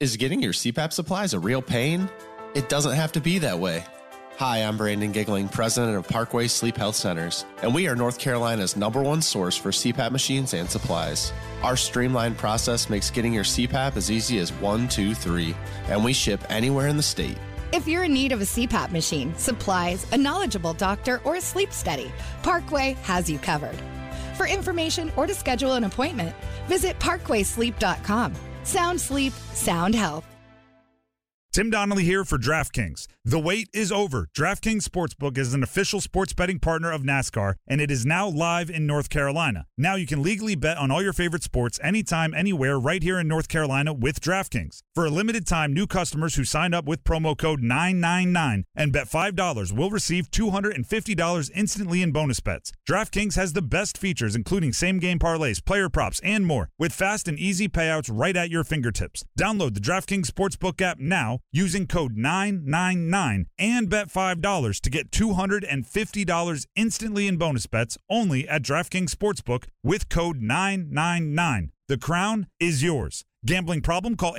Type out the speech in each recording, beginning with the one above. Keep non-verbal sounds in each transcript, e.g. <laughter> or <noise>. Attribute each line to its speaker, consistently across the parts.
Speaker 1: Is getting your CPAP supplies a real pain? It doesn't have to be that way. Hi, I'm Brandon Giggling, president of Parkway Sleep Health Centers, and we are North Carolina's number one source for CPAP machines and supplies. Our streamlined process makes getting your CPAP as easy as one, two, three, and we ship anywhere in the state.
Speaker 2: If you're in need of a CPAP machine, supplies, a knowledgeable doctor, or a sleep study, Parkway has you covered. For information or to schedule an appointment, visit parkwaysleep.com. Sound sleep, sound health.
Speaker 3: Tim Donnelly here for DraftKings. The wait is over. DraftKings Sportsbook is an official sports betting partner of NASCAR, and it is now live in North Carolina. Now you can legally bet on all your favorite sports anytime, anywhere, right here in North Carolina with DraftKings. For a limited time, new customers who sign up with promo code 999 and bet $5 will receive $250 instantly in bonus bets. DraftKings has the best features, including same game parlays, player props, and more, with fast and easy payouts right at your fingertips. Download the DraftKings Sportsbook app now using code 999 and bet $5 to get $250 instantly in bonus bets only at DraftKings Sportsbook with code 999. The crown is yours. Gambling problem? Call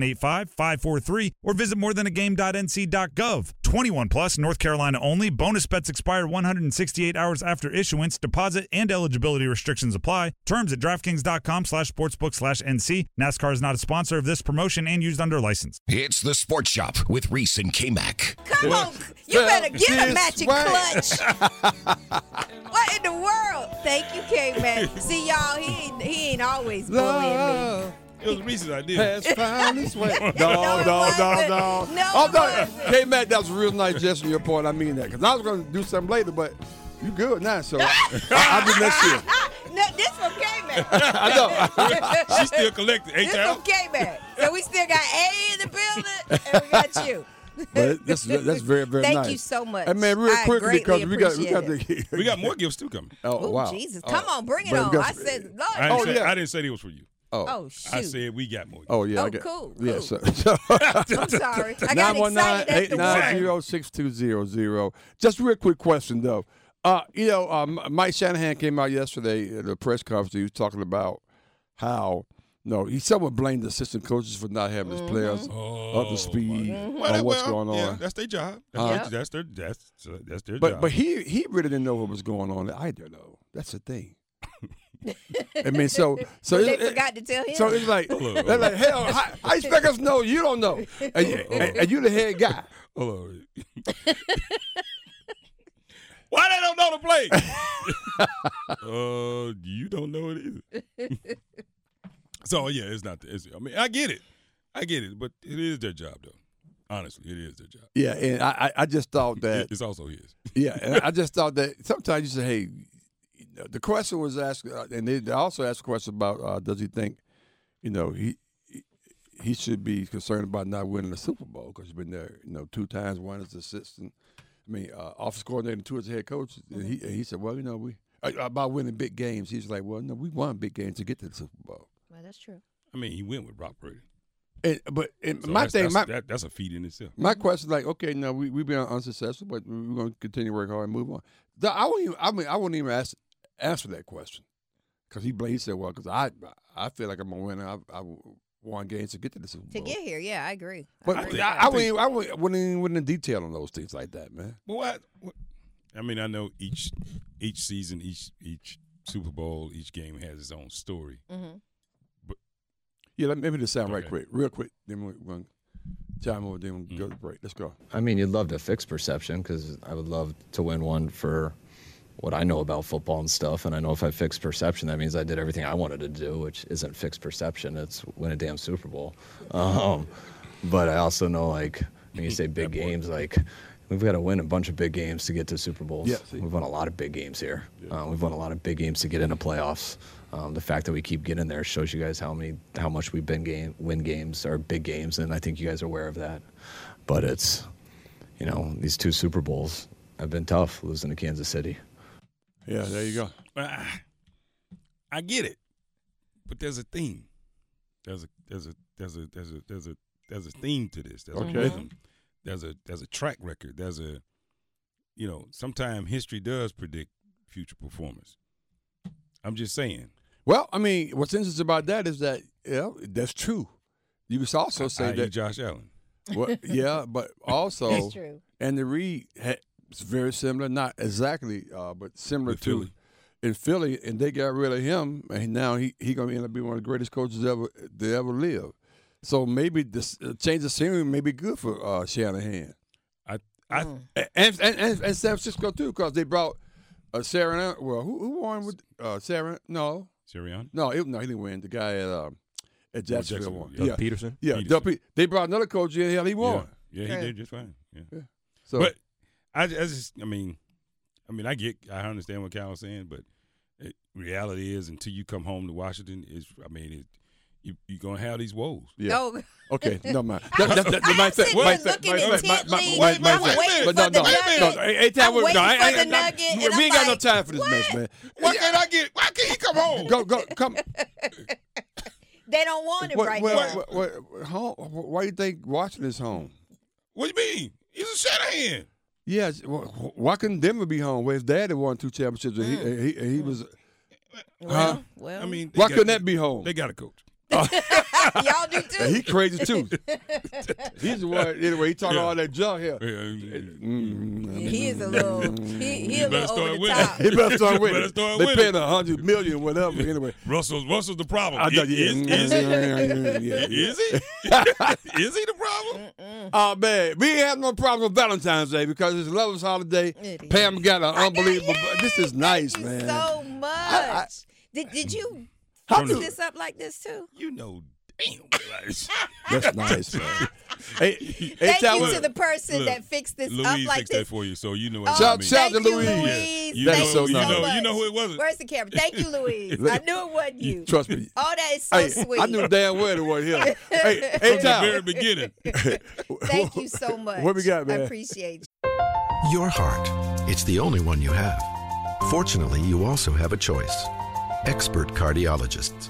Speaker 3: 877-185-543 or visit morethanagame.nc.gov. 21 plus, North Carolina only. Bonus bets expire 168 hours after issuance. Deposit and eligibility restrictions apply. Terms at DraftKings.com slash sportsbook slash NC. NASCAR is not a sponsor of this promotion and used under license.
Speaker 4: It's the Sports Shop with Reese and
Speaker 5: <laughs>
Speaker 4: K-Mac.
Speaker 6: Come on, you better get a magic clutch. what in the world? Thank you, K Man. See y'all, he ain't, he ain't always bullying me.
Speaker 5: It was Reese's idea.
Speaker 7: has found its way. No,
Speaker 6: <laughs> No,
Speaker 7: no,
Speaker 6: it
Speaker 7: no,
Speaker 6: wasn't.
Speaker 7: no.
Speaker 6: No, it
Speaker 7: I'm not-
Speaker 6: wasn't.
Speaker 7: Hey, Matt, that was a real nice gesture on your part. I mean that. Because I was going to do something later, but you good now,
Speaker 6: <laughs>
Speaker 7: so I- I'll do next year.
Speaker 6: No, this from K Man. I know.
Speaker 5: She still collected. Hey,
Speaker 6: this from
Speaker 8: <laughs>
Speaker 5: child.
Speaker 6: K Man. So we still got A in the building, and we got you.
Speaker 7: But that's, that's very, very
Speaker 6: Thank
Speaker 7: nice.
Speaker 6: you so much.
Speaker 7: And man, real
Speaker 6: I
Speaker 7: quick,
Speaker 6: greatly
Speaker 7: because we got, we got
Speaker 6: appreciate
Speaker 7: the.
Speaker 5: We got more gifts too coming.
Speaker 7: <laughs> Oh,
Speaker 6: Ooh,
Speaker 7: wow.
Speaker 6: Jesus, come on, bring it
Speaker 7: But we
Speaker 6: on.
Speaker 7: got- <laughs>
Speaker 6: I said,
Speaker 5: I
Speaker 6: Lord,
Speaker 5: didn't,
Speaker 7: Oh,
Speaker 5: say,
Speaker 7: yeah.
Speaker 5: I didn't say it was for you.
Speaker 6: oh shoot.
Speaker 5: I said we got more.
Speaker 7: Oh, yeah.
Speaker 6: Oh,
Speaker 7: I got,
Speaker 6: cool,
Speaker 7: Yeah,
Speaker 6: cool.
Speaker 7: so. <laughs> so <laughs>
Speaker 6: I'm sorry. I got excited at the word.
Speaker 7: 919-890-6200. Just a real quick question though. Uh, you know, um, Mike Shanahan came out yesterday at the press conference. He was talking about how no, he somewhat blamed the assistant coaches for not having
Speaker 6: Mm-hmm.
Speaker 7: his players up to speed on
Speaker 5: that-
Speaker 7: Oh, what's
Speaker 5: Oh, well,
Speaker 7: going on.
Speaker 5: Uh, Yeah, that's their job. That's,
Speaker 6: Uh-huh.
Speaker 5: their, that's their that's uh, that's their
Speaker 7: But
Speaker 5: job.
Speaker 7: but he he really didn't know what was going on either though. That's the thing. I mean, so so
Speaker 6: They
Speaker 7: it- it-
Speaker 6: forgot to tell him.
Speaker 7: So it's like they're like, hell, how, how you expect us to know? You don't
Speaker 5: <laughs>
Speaker 7: know, and, and- and you the head guy.
Speaker 5: Hold
Speaker 7: <laughs>
Speaker 5: on. <laughs> Why they don't know the play? <laughs> uh, you don't know it either.
Speaker 7: <laughs>
Speaker 5: so yeah, it's not. It's, I mean, I get it. I get it, but it is their job, though. Honestly, it is their job.
Speaker 7: Yeah, and I I I just
Speaker 5: <laughs>
Speaker 7: thought that
Speaker 5: It- it's also his.
Speaker 7: Yeah, and I just thought that sometimes you say, "Hey," you know, the question was asked, uh, and they they also asked a question about uh, does he think, you know, he he- he should be concerned about not winning the Super Bowl because he's been there, you know, two times, one as assistant, I mean, uh, office coordinator, and two as head coach. And he and he said, "Well, you know, we uh, about winning big games." He's like, "Well, no, we won big games to get to the Super Bowl."
Speaker 6: well, that's true.
Speaker 5: I mean, he went with Brock Purdy.
Speaker 7: And, but and
Speaker 5: So
Speaker 7: my
Speaker 5: that's,
Speaker 7: thing,
Speaker 5: that's,
Speaker 7: my
Speaker 5: that, that's a feat in itself.
Speaker 7: my question is like, okay, no, we we've been unsuccessful, but we're going to continue to work hard and move on. The- I won't even. I mean, I won't even ask answer that question because he blamed said, well, because I I feel like I'm a winner. I, I won games to get to the Super
Speaker 6: To
Speaker 7: Bowl.
Speaker 6: get here, yeah, I agree.
Speaker 7: but
Speaker 6: I agree.
Speaker 7: I, I, wouldn't even, I wouldn't, wouldn't even went into detail on those things like that, man.
Speaker 5: Well, I, what- I mean, I know each each season, each each Super Bowl, each game has its own story.
Speaker 7: Yeah, let me, let me just sound right
Speaker 5: Okay.
Speaker 7: quick, real quick. Then we're going to time over. Then we'll go to break. Let's go.
Speaker 9: I mean, you'd love to fix perception because I would love to win one for what I know about football and stuff. And I know if I fix perception, that means I did everything I wanted to do, which isn't fix perception. It's win a damn Super Bowl. <laughs> Um, but I also know, like, when
Speaker 7: <laughs>
Speaker 9: you say big games, like, we've got to win a bunch of big games to get to Super Bowls.
Speaker 7: Yeah, see.
Speaker 9: we've won a lot of big games here. Uh, we've won a lot of big games to get into playoffs. Um, the fact that we keep getting there shows you guys how many, how much we've been game, win games or big games, and I think you guys are aware of that. But it's you know, these two Super Bowls have been tough losing to Kansas City.
Speaker 7: Yeah, there you go.
Speaker 5: But I, I get it, but there's a theme. There's a there's a there's a there's a there's a there's a theme to this. There's
Speaker 7: Okay.
Speaker 5: a rhythm. There's a there's a track record. There's a you know sometimes history does predict future performance. I'm just saying.
Speaker 7: Well, I mean, what's interesting about that is that yeah, that's true. You could also say
Speaker 5: i.e.
Speaker 7: that.
Speaker 5: E Josh Allen.
Speaker 6: <laughs>
Speaker 7: well, yeah, but also,
Speaker 6: That's true.
Speaker 7: Andy Reid had, it's very similar, not exactly, uh, but similar
Speaker 5: With
Speaker 7: to
Speaker 5: Philly.
Speaker 7: in Philly, and they got rid of him, and now he he gonna end up being one of the greatest coaches ever to ever live. So maybe this uh, change of scenery may be good for uh, Shanahan
Speaker 5: I I
Speaker 7: and and, and, and San Francisco too, because they brought uh, Sarah. Well, who, who won with uh, Sarah? No,
Speaker 5: Sirianni.
Speaker 7: no, it, no, he didn't win. The guy at um, at Jacksonville
Speaker 5: Jacksonville,
Speaker 7: won.
Speaker 5: Doug
Speaker 7: yeah,
Speaker 10: Peterson.
Speaker 7: yeah.
Speaker 5: Peterson.
Speaker 7: Doug Pe- they brought another coach in. Hell, he won.
Speaker 5: Yeah, yeah he did just fine. Yeah.
Speaker 7: So
Speaker 5: But I, I just, I mean, I mean, I get, I understand what Kyle's saying, but it, reality is, until you come home to Washington, is, I mean, it, you, you're gonna have these woes.
Speaker 7: yeah.
Speaker 6: Oh, <laughs>
Speaker 7: Okay, never mind.
Speaker 6: I was- I was sitting here looking intently. I'm waiting
Speaker 7: But
Speaker 6: for
Speaker 7: no,
Speaker 6: the
Speaker 7: no,
Speaker 6: nugget.
Speaker 7: no, no. Hey,
Speaker 6: I'm
Speaker 7: time we,
Speaker 6: waiting
Speaker 7: no, I,
Speaker 6: for
Speaker 7: I,
Speaker 6: the
Speaker 7: I-
Speaker 6: nugget,
Speaker 7: we
Speaker 6: and I'm
Speaker 7: ain't got no
Speaker 6: like,
Speaker 7: time for this mess,
Speaker 6: what? <laughs>
Speaker 7: man.
Speaker 5: Why can't I get? Why can't he come home?
Speaker 7: Go, go, come.
Speaker 6: they don't want it
Speaker 7: What,
Speaker 6: <laughs> right now.
Speaker 7: what, what, what, home, why you think Washington's home?
Speaker 5: What do you mean? He's a Shanahan.
Speaker 7: Yes, wh- wh- why couldn't Denver be home? Where his daddy won two championships, and he, and he, and he was.
Speaker 6: Mm. well,
Speaker 7: Huh?
Speaker 6: well,
Speaker 5: I mean, they
Speaker 7: Why
Speaker 5: got-
Speaker 7: couldn't that be home?
Speaker 5: They got a coach.
Speaker 6: <laughs> y'all
Speaker 5: <laughs>
Speaker 6: do
Speaker 7: And he
Speaker 6: too.
Speaker 7: crazy
Speaker 6: <laughs>
Speaker 7: too. He's the one. Anyway, he talking
Speaker 5: Yeah.
Speaker 7: all that junk here.
Speaker 5: Uh, Yeah,
Speaker 7: Mm.
Speaker 6: He is a little. He, he
Speaker 5: You better
Speaker 6: a little over
Speaker 5: start
Speaker 6: the
Speaker 5: winning.
Speaker 6: top.
Speaker 7: He better
Speaker 6: <laughs>
Speaker 7: start
Speaker 5: Better
Speaker 7: winning.
Speaker 5: start
Speaker 7: they
Speaker 5: winning.
Speaker 7: paying a hundred million, whatever. Anyway,
Speaker 5: Russell's Russell's the problem.
Speaker 7: I
Speaker 5: is,
Speaker 7: thought you.
Speaker 5: is, is,
Speaker 7: yeah, yeah.
Speaker 5: is he? <laughs> is he the
Speaker 6: Mm-hmm.
Speaker 5: problem?
Speaker 7: <laughs> Oh man, we ain't have no problem with Valentine's Day because it's a lover's holiday.
Speaker 6: It is.
Speaker 7: Pam got an
Speaker 6: I got-
Speaker 7: unbelievable.
Speaker 6: yay!
Speaker 7: this is
Speaker 6: Thank
Speaker 7: nice,
Speaker 6: you
Speaker 7: man.
Speaker 6: So much.
Speaker 7: I-
Speaker 6: did did you
Speaker 7: How
Speaker 6: fix
Speaker 7: do-
Speaker 6: this up like this too?
Speaker 5: You know, damn.
Speaker 7: That's nice,
Speaker 6: <laughs>
Speaker 7: man. hey, hey,
Speaker 6: Thank
Speaker 7: tell
Speaker 6: you
Speaker 7: me-
Speaker 6: to the person
Speaker 5: look,
Speaker 6: that fixed this
Speaker 5: Louise
Speaker 6: up like
Speaker 5: fixed that
Speaker 6: this.
Speaker 5: for you, so you know.
Speaker 6: Oh,
Speaker 5: what
Speaker 7: Shout-
Speaker 5: I mean.
Speaker 7: shout
Speaker 6: thank
Speaker 7: to
Speaker 6: you,
Speaker 7: Louise.
Speaker 6: Louise.
Speaker 5: Yeah. You
Speaker 6: Thank
Speaker 7: know- you
Speaker 6: so
Speaker 7: know-
Speaker 6: much.
Speaker 5: you know who it wasn't.
Speaker 6: Where's the camera?
Speaker 7: <laughs>
Speaker 6: Thank you, Louise. I knew it wasn't you.
Speaker 7: Trust me.
Speaker 6: Oh, that is <laughs> so
Speaker 7: Hey,
Speaker 6: sweet.
Speaker 7: I knew damn well it was
Speaker 6: <laughs>
Speaker 7: him. hey, hey,
Speaker 5: From the
Speaker 7: Tom.
Speaker 5: very beginning. <laughs>
Speaker 6: Thank you so
Speaker 7: <laughs>
Speaker 6: much.
Speaker 7: What we got, man?
Speaker 6: I appreciate
Speaker 8: Your heart. It's the only one you have. Fortunately, you also have a choice. Expert cardiologists,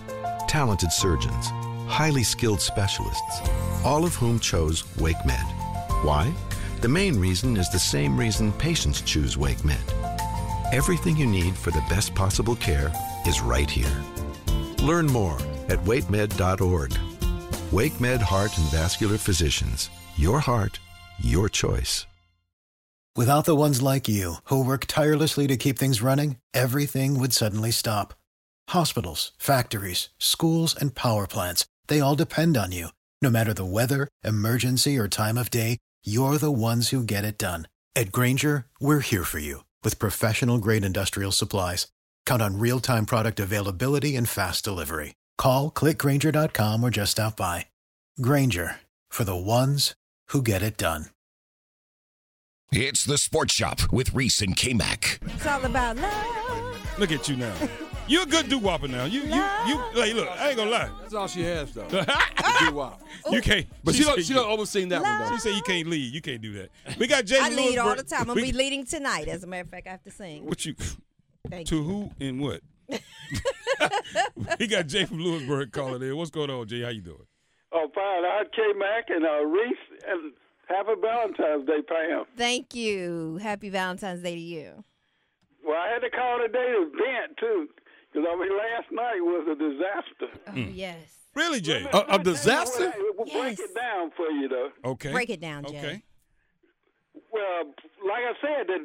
Speaker 8: talented surgeons, highly skilled specialists, all of whom chose WakeMed. Why? The main reason is the same reason patients choose WakeMed. Everything you need for the best possible care is right here. Learn more at wakemed.org. WakeMed Heart and Vascular Physicians. Your heart, your choice.
Speaker 11: Without the ones like you, who work tirelessly to keep things running, everything would suddenly stop. Hospitals, factories, schools, and power plants, they all depend on you. No matter the weather, emergency, or time of day, you're the ones who get it done. At Granger, we're here for you with professional grade industrial supplies. Count on real time product availability and fast delivery. Call clickgranger.com or just stop by. Granger for the ones who get it done.
Speaker 4: It's the Sports Shop with Reese and K Mac.
Speaker 6: you. It's all about love.
Speaker 5: Look at you now. You're a good do whopper now. You you you. Like, look, I ain't gonna lie. <laughs>
Speaker 7: That's all she has, though.
Speaker 6: Oh.
Speaker 5: you can't.
Speaker 7: But she, don't,
Speaker 5: said
Speaker 7: she
Speaker 5: you-
Speaker 7: don't overseen that one, though.
Speaker 5: She said you can't lead. You can't do that. We got Jaden.
Speaker 6: I lead all
Speaker 5: Lewisburg-
Speaker 6: the time. I'm
Speaker 5: we-
Speaker 6: gonna be leading tonight. As a matter of fact, I have to sing.
Speaker 5: What you?
Speaker 6: Thank
Speaker 5: To who and
Speaker 6: <laughs>
Speaker 5: what? <laughs> we got Jay from Lewisburg calling in. What's going on, Jay? How you doing?
Speaker 12: Oh, fine. I K Mac and uh, Reese and Happy Valentine's Day, Pam.
Speaker 6: Thank you. Happy Valentine's Day to you.
Speaker 12: Well, I had to call today to vent too, because I mean last night was a disaster.
Speaker 6: Oh yes.
Speaker 5: Really, Jay?
Speaker 7: A, a disaster?
Speaker 12: Well, We'll break
Speaker 6: Yes.
Speaker 12: it down for you though.
Speaker 5: Okay.
Speaker 6: Break it down, Jay.
Speaker 5: Okay.
Speaker 12: Well, like I said, that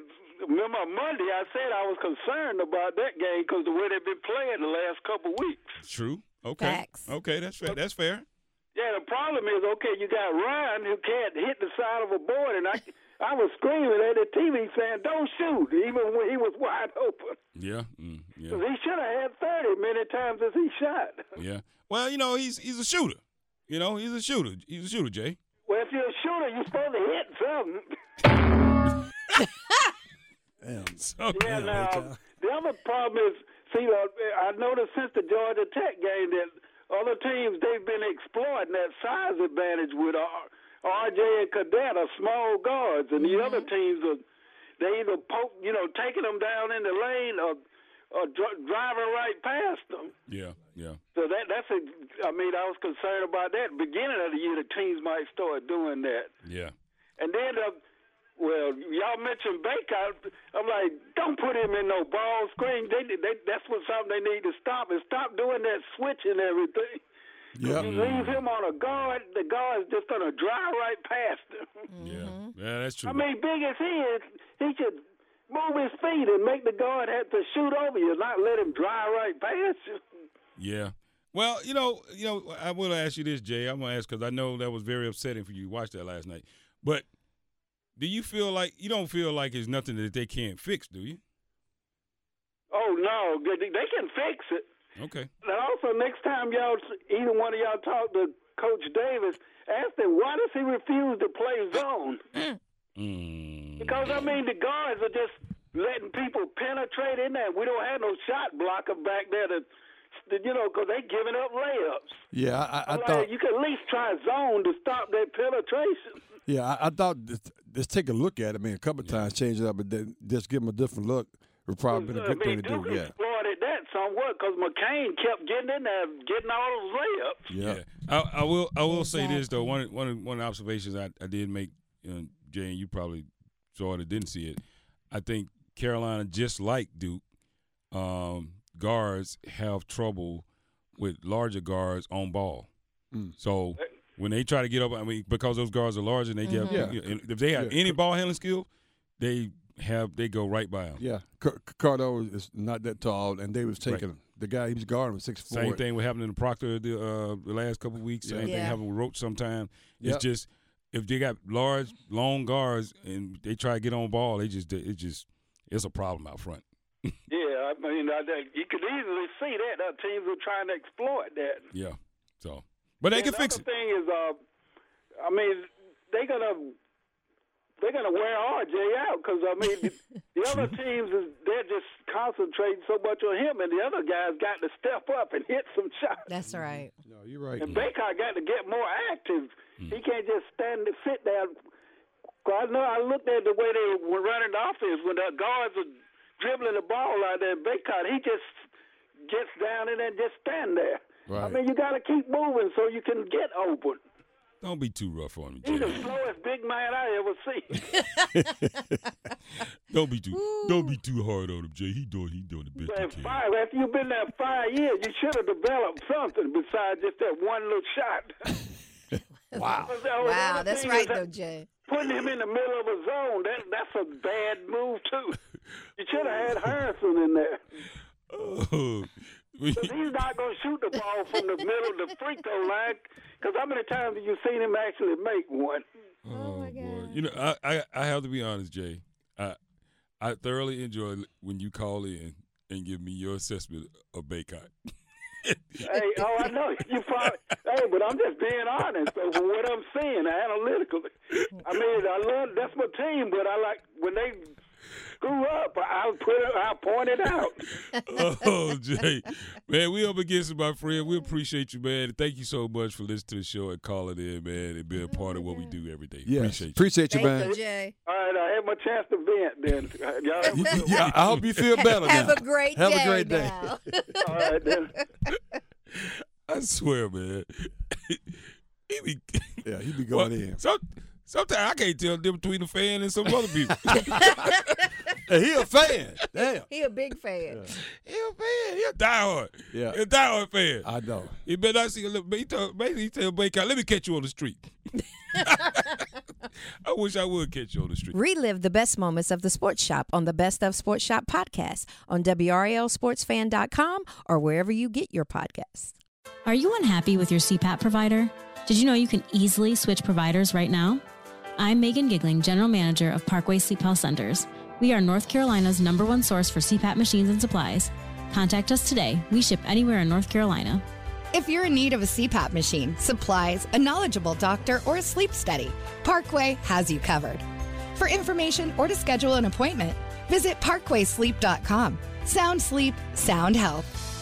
Speaker 12: remember on Monday I said I was concerned about that game because the way they've been playing the last couple weeks.
Speaker 5: True. Okay.
Speaker 6: Facts.
Speaker 5: Okay. That's fair. That's fair.
Speaker 12: Yeah, the problem is okay, you got Ryan who can't hit the side of a board, and I I was screaming at the TV saying, "Don't shoot!" Even when he was wide open.
Speaker 5: Yeah. Mm, yeah.
Speaker 12: 'Cause He should have had 30 many times as he shot.
Speaker 5: Yeah. Well, you know, he's he's a shooter. You know, he's a shooter. He's a shooter, Jay.
Speaker 12: Well, if you're a shooter, you're supposed to hit something.
Speaker 5: <laughs> So,
Speaker 12: Yeah, now, the other problem is, see, uh, I noticed since the Georgia Tech game that other teams, they've been exploiting that size advantage with uh, R- RJ and Cadet are small guards, and the other
Speaker 5: Mm-hmm.
Speaker 12: teams are, they either poke, you know, taking them down in the lane or, or dri- driving right past them.
Speaker 5: yeah, yeah.
Speaker 12: So that that's a, I mean, I was concerned about that. Beginning of the year, the teams might start doing that.
Speaker 5: Yeah.
Speaker 12: And then, uh, well, y'all mentioned Baker. I'm like, don't put him in no ball screen. They, they, that's what something they need to stop and stop doing that switching everything. If
Speaker 7: Uh-huh.
Speaker 5: Mm,
Speaker 12: you leave him on a guard, the guard's just gonna drive right past him.
Speaker 6: Mm-hmm.
Speaker 5: Yeah, that's true.
Speaker 12: I mean, big as he is, he should move his feet and make the guard have to shoot over you, not let him drive right past you.
Speaker 5: Yeah. Well, you know, you know, I will ask you this, Jay. I'm gonna ask because I know that was very upsetting for you. to Watch that last night, but do you feel like you don't feel like it's nothing that they can't fix? Do you?
Speaker 12: Oh no, they they can fix it.
Speaker 5: Okay.
Speaker 12: And also, next time y'all, either one of y'all talk to Coach Davis, ask him why does he refuse to play zone?
Speaker 5: Mm.
Speaker 12: Because I mean, the guards are just letting people penetrate in there. We don't have no shot blocker back there to, to you know, because they giving up layups.
Speaker 7: Yeah, I, I, I
Speaker 12: like,
Speaker 7: thought.
Speaker 12: you could at least try zone to stop that penetration.
Speaker 7: Yeah, I, I thought. Just, just take a look at it. I mean, a couple of times change it up, but then just give them a different look would probably been a
Speaker 12: I
Speaker 7: good
Speaker 12: mean,
Speaker 7: thing to do.
Speaker 12: Duke
Speaker 7: Yeah.
Speaker 12: exploited that somewhat because McCain kept getting in there, getting all those layups.
Speaker 5: Yeah. I, I will. I will say this though. One one one observations I, I did make, you know, Jay, and you probably saw it or didn't see it. I think Carolina, just like Duke, um, guards have trouble with larger guards on ball. So when they try to get up, I mean, because those guards are larger, and they
Speaker 7: Mhm.
Speaker 5: get,
Speaker 7: Yeah.
Speaker 5: you know, and if they have
Speaker 7: Yeah.
Speaker 5: any ball handling skill, they have they go right by them.
Speaker 7: Yeah, Car- Cardo is not that tall, and they was taking him. The guy he was guarding was six four.
Speaker 5: Same thing would happen in the Proctor the, uh, the last couple of weeks. Same
Speaker 7: Yeah.
Speaker 5: thing
Speaker 7: Yeah.
Speaker 5: happened with Roach sometime.
Speaker 7: Yep.
Speaker 5: It's just if they got large, long guards and they try to get on ball, they just it just it's a problem out front.
Speaker 12: Yeah, I mean, I, that- you could easily see that. Our teams are trying to exploit that.
Speaker 5: Yeah. So, but they
Speaker 12: And
Speaker 5: can
Speaker 12: the
Speaker 5: fix
Speaker 12: other
Speaker 5: it.
Speaker 12: thing is, uh, I mean, they're gonna they're gonna wear RJ out because I mean,
Speaker 5: <laughs>
Speaker 12: the- the other teams is they're just concentrating so much on him, and the other guys got to step up and hit some shots.
Speaker 6: That's right.
Speaker 7: No, you're right.
Speaker 12: And Baycott got to get more active.
Speaker 5: Hmm.
Speaker 12: He can't just stand and sit there. 'Cause I know I looked at the way they were running the offense when the guards were dribbling the ball out there. Baycott, he just gets down and then just stand there. I
Speaker 5: Right.
Speaker 12: mean, you got to keep moving so you can get open.
Speaker 5: Don't be too rough on him,
Speaker 12: He's the
Speaker 5: Jay.
Speaker 12: slowest big man I ever see.
Speaker 5: Don't be too don't be too hard on him, Jay. He doing he doing the best.
Speaker 12: Man,
Speaker 5: <laughs>
Speaker 12: five, after you've been there five years, you should have developed something besides just that one little shot. <laughs>
Speaker 7: wow.
Speaker 12: Oh,
Speaker 6: Wow, that's
Speaker 12: uh,
Speaker 6: right though, Jay.
Speaker 12: Putting him in the middle of a zone, that, that's a bad move, too. You
Speaker 6: <laughs>
Speaker 12: should have had Harrison in there. Because he's not going to shoot the ball from the middle of the free throw line. Because how many times have you seen him actually make one?
Speaker 5: Oh, boy. You know, I, I I have to be honest, Jay. I I thoroughly enjoy when you call in and give me your assessment of Baycott.
Speaker 12: hey, oh, I know. You probably, hey, but I'm just being honest over what I'm seeing analytically. I mean, I love that's my team, but I like when they screw up, I will put it, I point it out.
Speaker 5: <laughs> oh, Jay. Man, we up against it, my friend. We appreciate you, man. And Thank you so much for listening to the show and calling in, man, and being a part of what we do every day.
Speaker 7: Yes.
Speaker 5: Appreciate you.
Speaker 7: Appreciate you, man.
Speaker 6: Jay.
Speaker 12: All right, I had my chance to vent. Then All right, y'all have a good
Speaker 7: yeah, I hope you feel better
Speaker 6: <laughs> Have
Speaker 7: now.
Speaker 6: a great
Speaker 7: Have
Speaker 6: day.
Speaker 7: a great day.
Speaker 6: now.
Speaker 12: one. All right, then.
Speaker 5: I swear, man. <laughs> he be,
Speaker 7: Yeah, he be going
Speaker 5: Well,
Speaker 7: in.
Speaker 5: Some, sometimes I can't tell them between a fan and some other people. <laughs>
Speaker 7: Hey, he a fan. Damn.
Speaker 6: <laughs> He a big fan.
Speaker 5: He a fan. He a diehard.
Speaker 7: Yeah.
Speaker 5: He a diehard fan.
Speaker 7: I know.
Speaker 5: He better not see a little. He tell, maybe he tell Baycott, let me catch you on the street. <laughs> I wish I would catch you on the street.
Speaker 10: Relive the best moments of the Sports Shop on the Best of Sports Shop podcast on WRLSportsFan.com or wherever you get your podcasts.
Speaker 13: Are you unhappy with your CPAP provider? Did you know you can easily switch providers right now? I'm Megan Gigling, General Manager of Parkway Sleep Health Centers. We are North Carolina's number one source for CPAP machines and supplies. Contact us today. We ship anywhere in North Carolina.
Speaker 2: If you're in need of a CPAP machine, supplies, a knowledgeable doctor, or a sleep study, Parkway has you covered. For information or to schedule an appointment, visit parkwaysleep.com. Sound sleep, sound health.